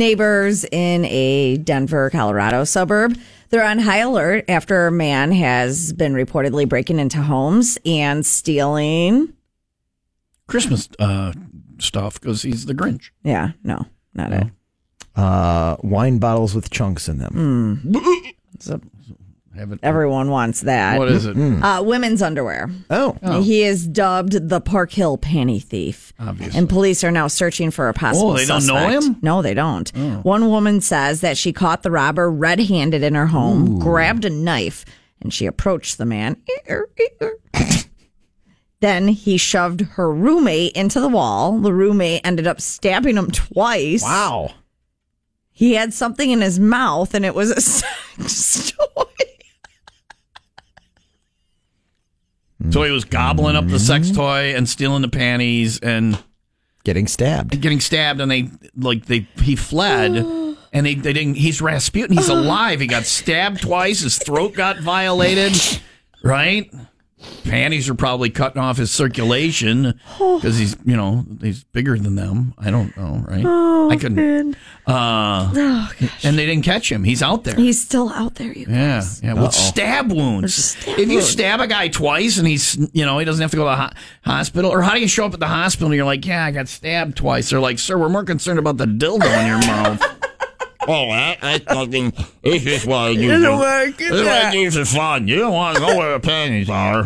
Neighbors in a Denver, Colorado suburb. They're on high alert after a man has been reportedly breaking into homes and stealing. Christmas uh, stuff because he's the Grinch. Yeah, no, not it. Uh, wine bottles with chunks in them. So Have it- everyone wants that. what is it? Uh, women's underwear. Oh, He is dubbed the Park Hill Panty Thief. Obviously. And police are now searching for a possible Oh, they don't know suspect. him? Oh. No, they don't. One woman says that she caught the robber red handed in her home, grabbed a knife, and she approached the man. Eer, eer. then he shoved her roommate into the wall. The roommate ended up stabbing him twice. Wow. He had something in his mouth, and it was a sex toy. So he was gobbling up the sex toy and stealing the panties and getting stabbed. getting stabbed, and they like they he fled. And they, they didn't. He's Rasputin. He's alive. He got stabbed twice. His throat got violated. Right? Panties are probably cutting off his circulation because he's you know he's bigger than them. I don't know. Right? I couldn't. Uh, and they didn't catch him. He's out there. He's still out there, you Yeah, yeah. With stab wounds. stab if you wounds. stab a guy twice and he's, you know, he doesn't have to go to the ho- hospital, or how do you show up at the hospital and you're like, yeah, I got stabbed twice? They're like, sir, we're more concerned about the dildo in your mouth. Oh, I, I fucking. This is why I use work. This is why I use the fun. You don't want to know where the panties are.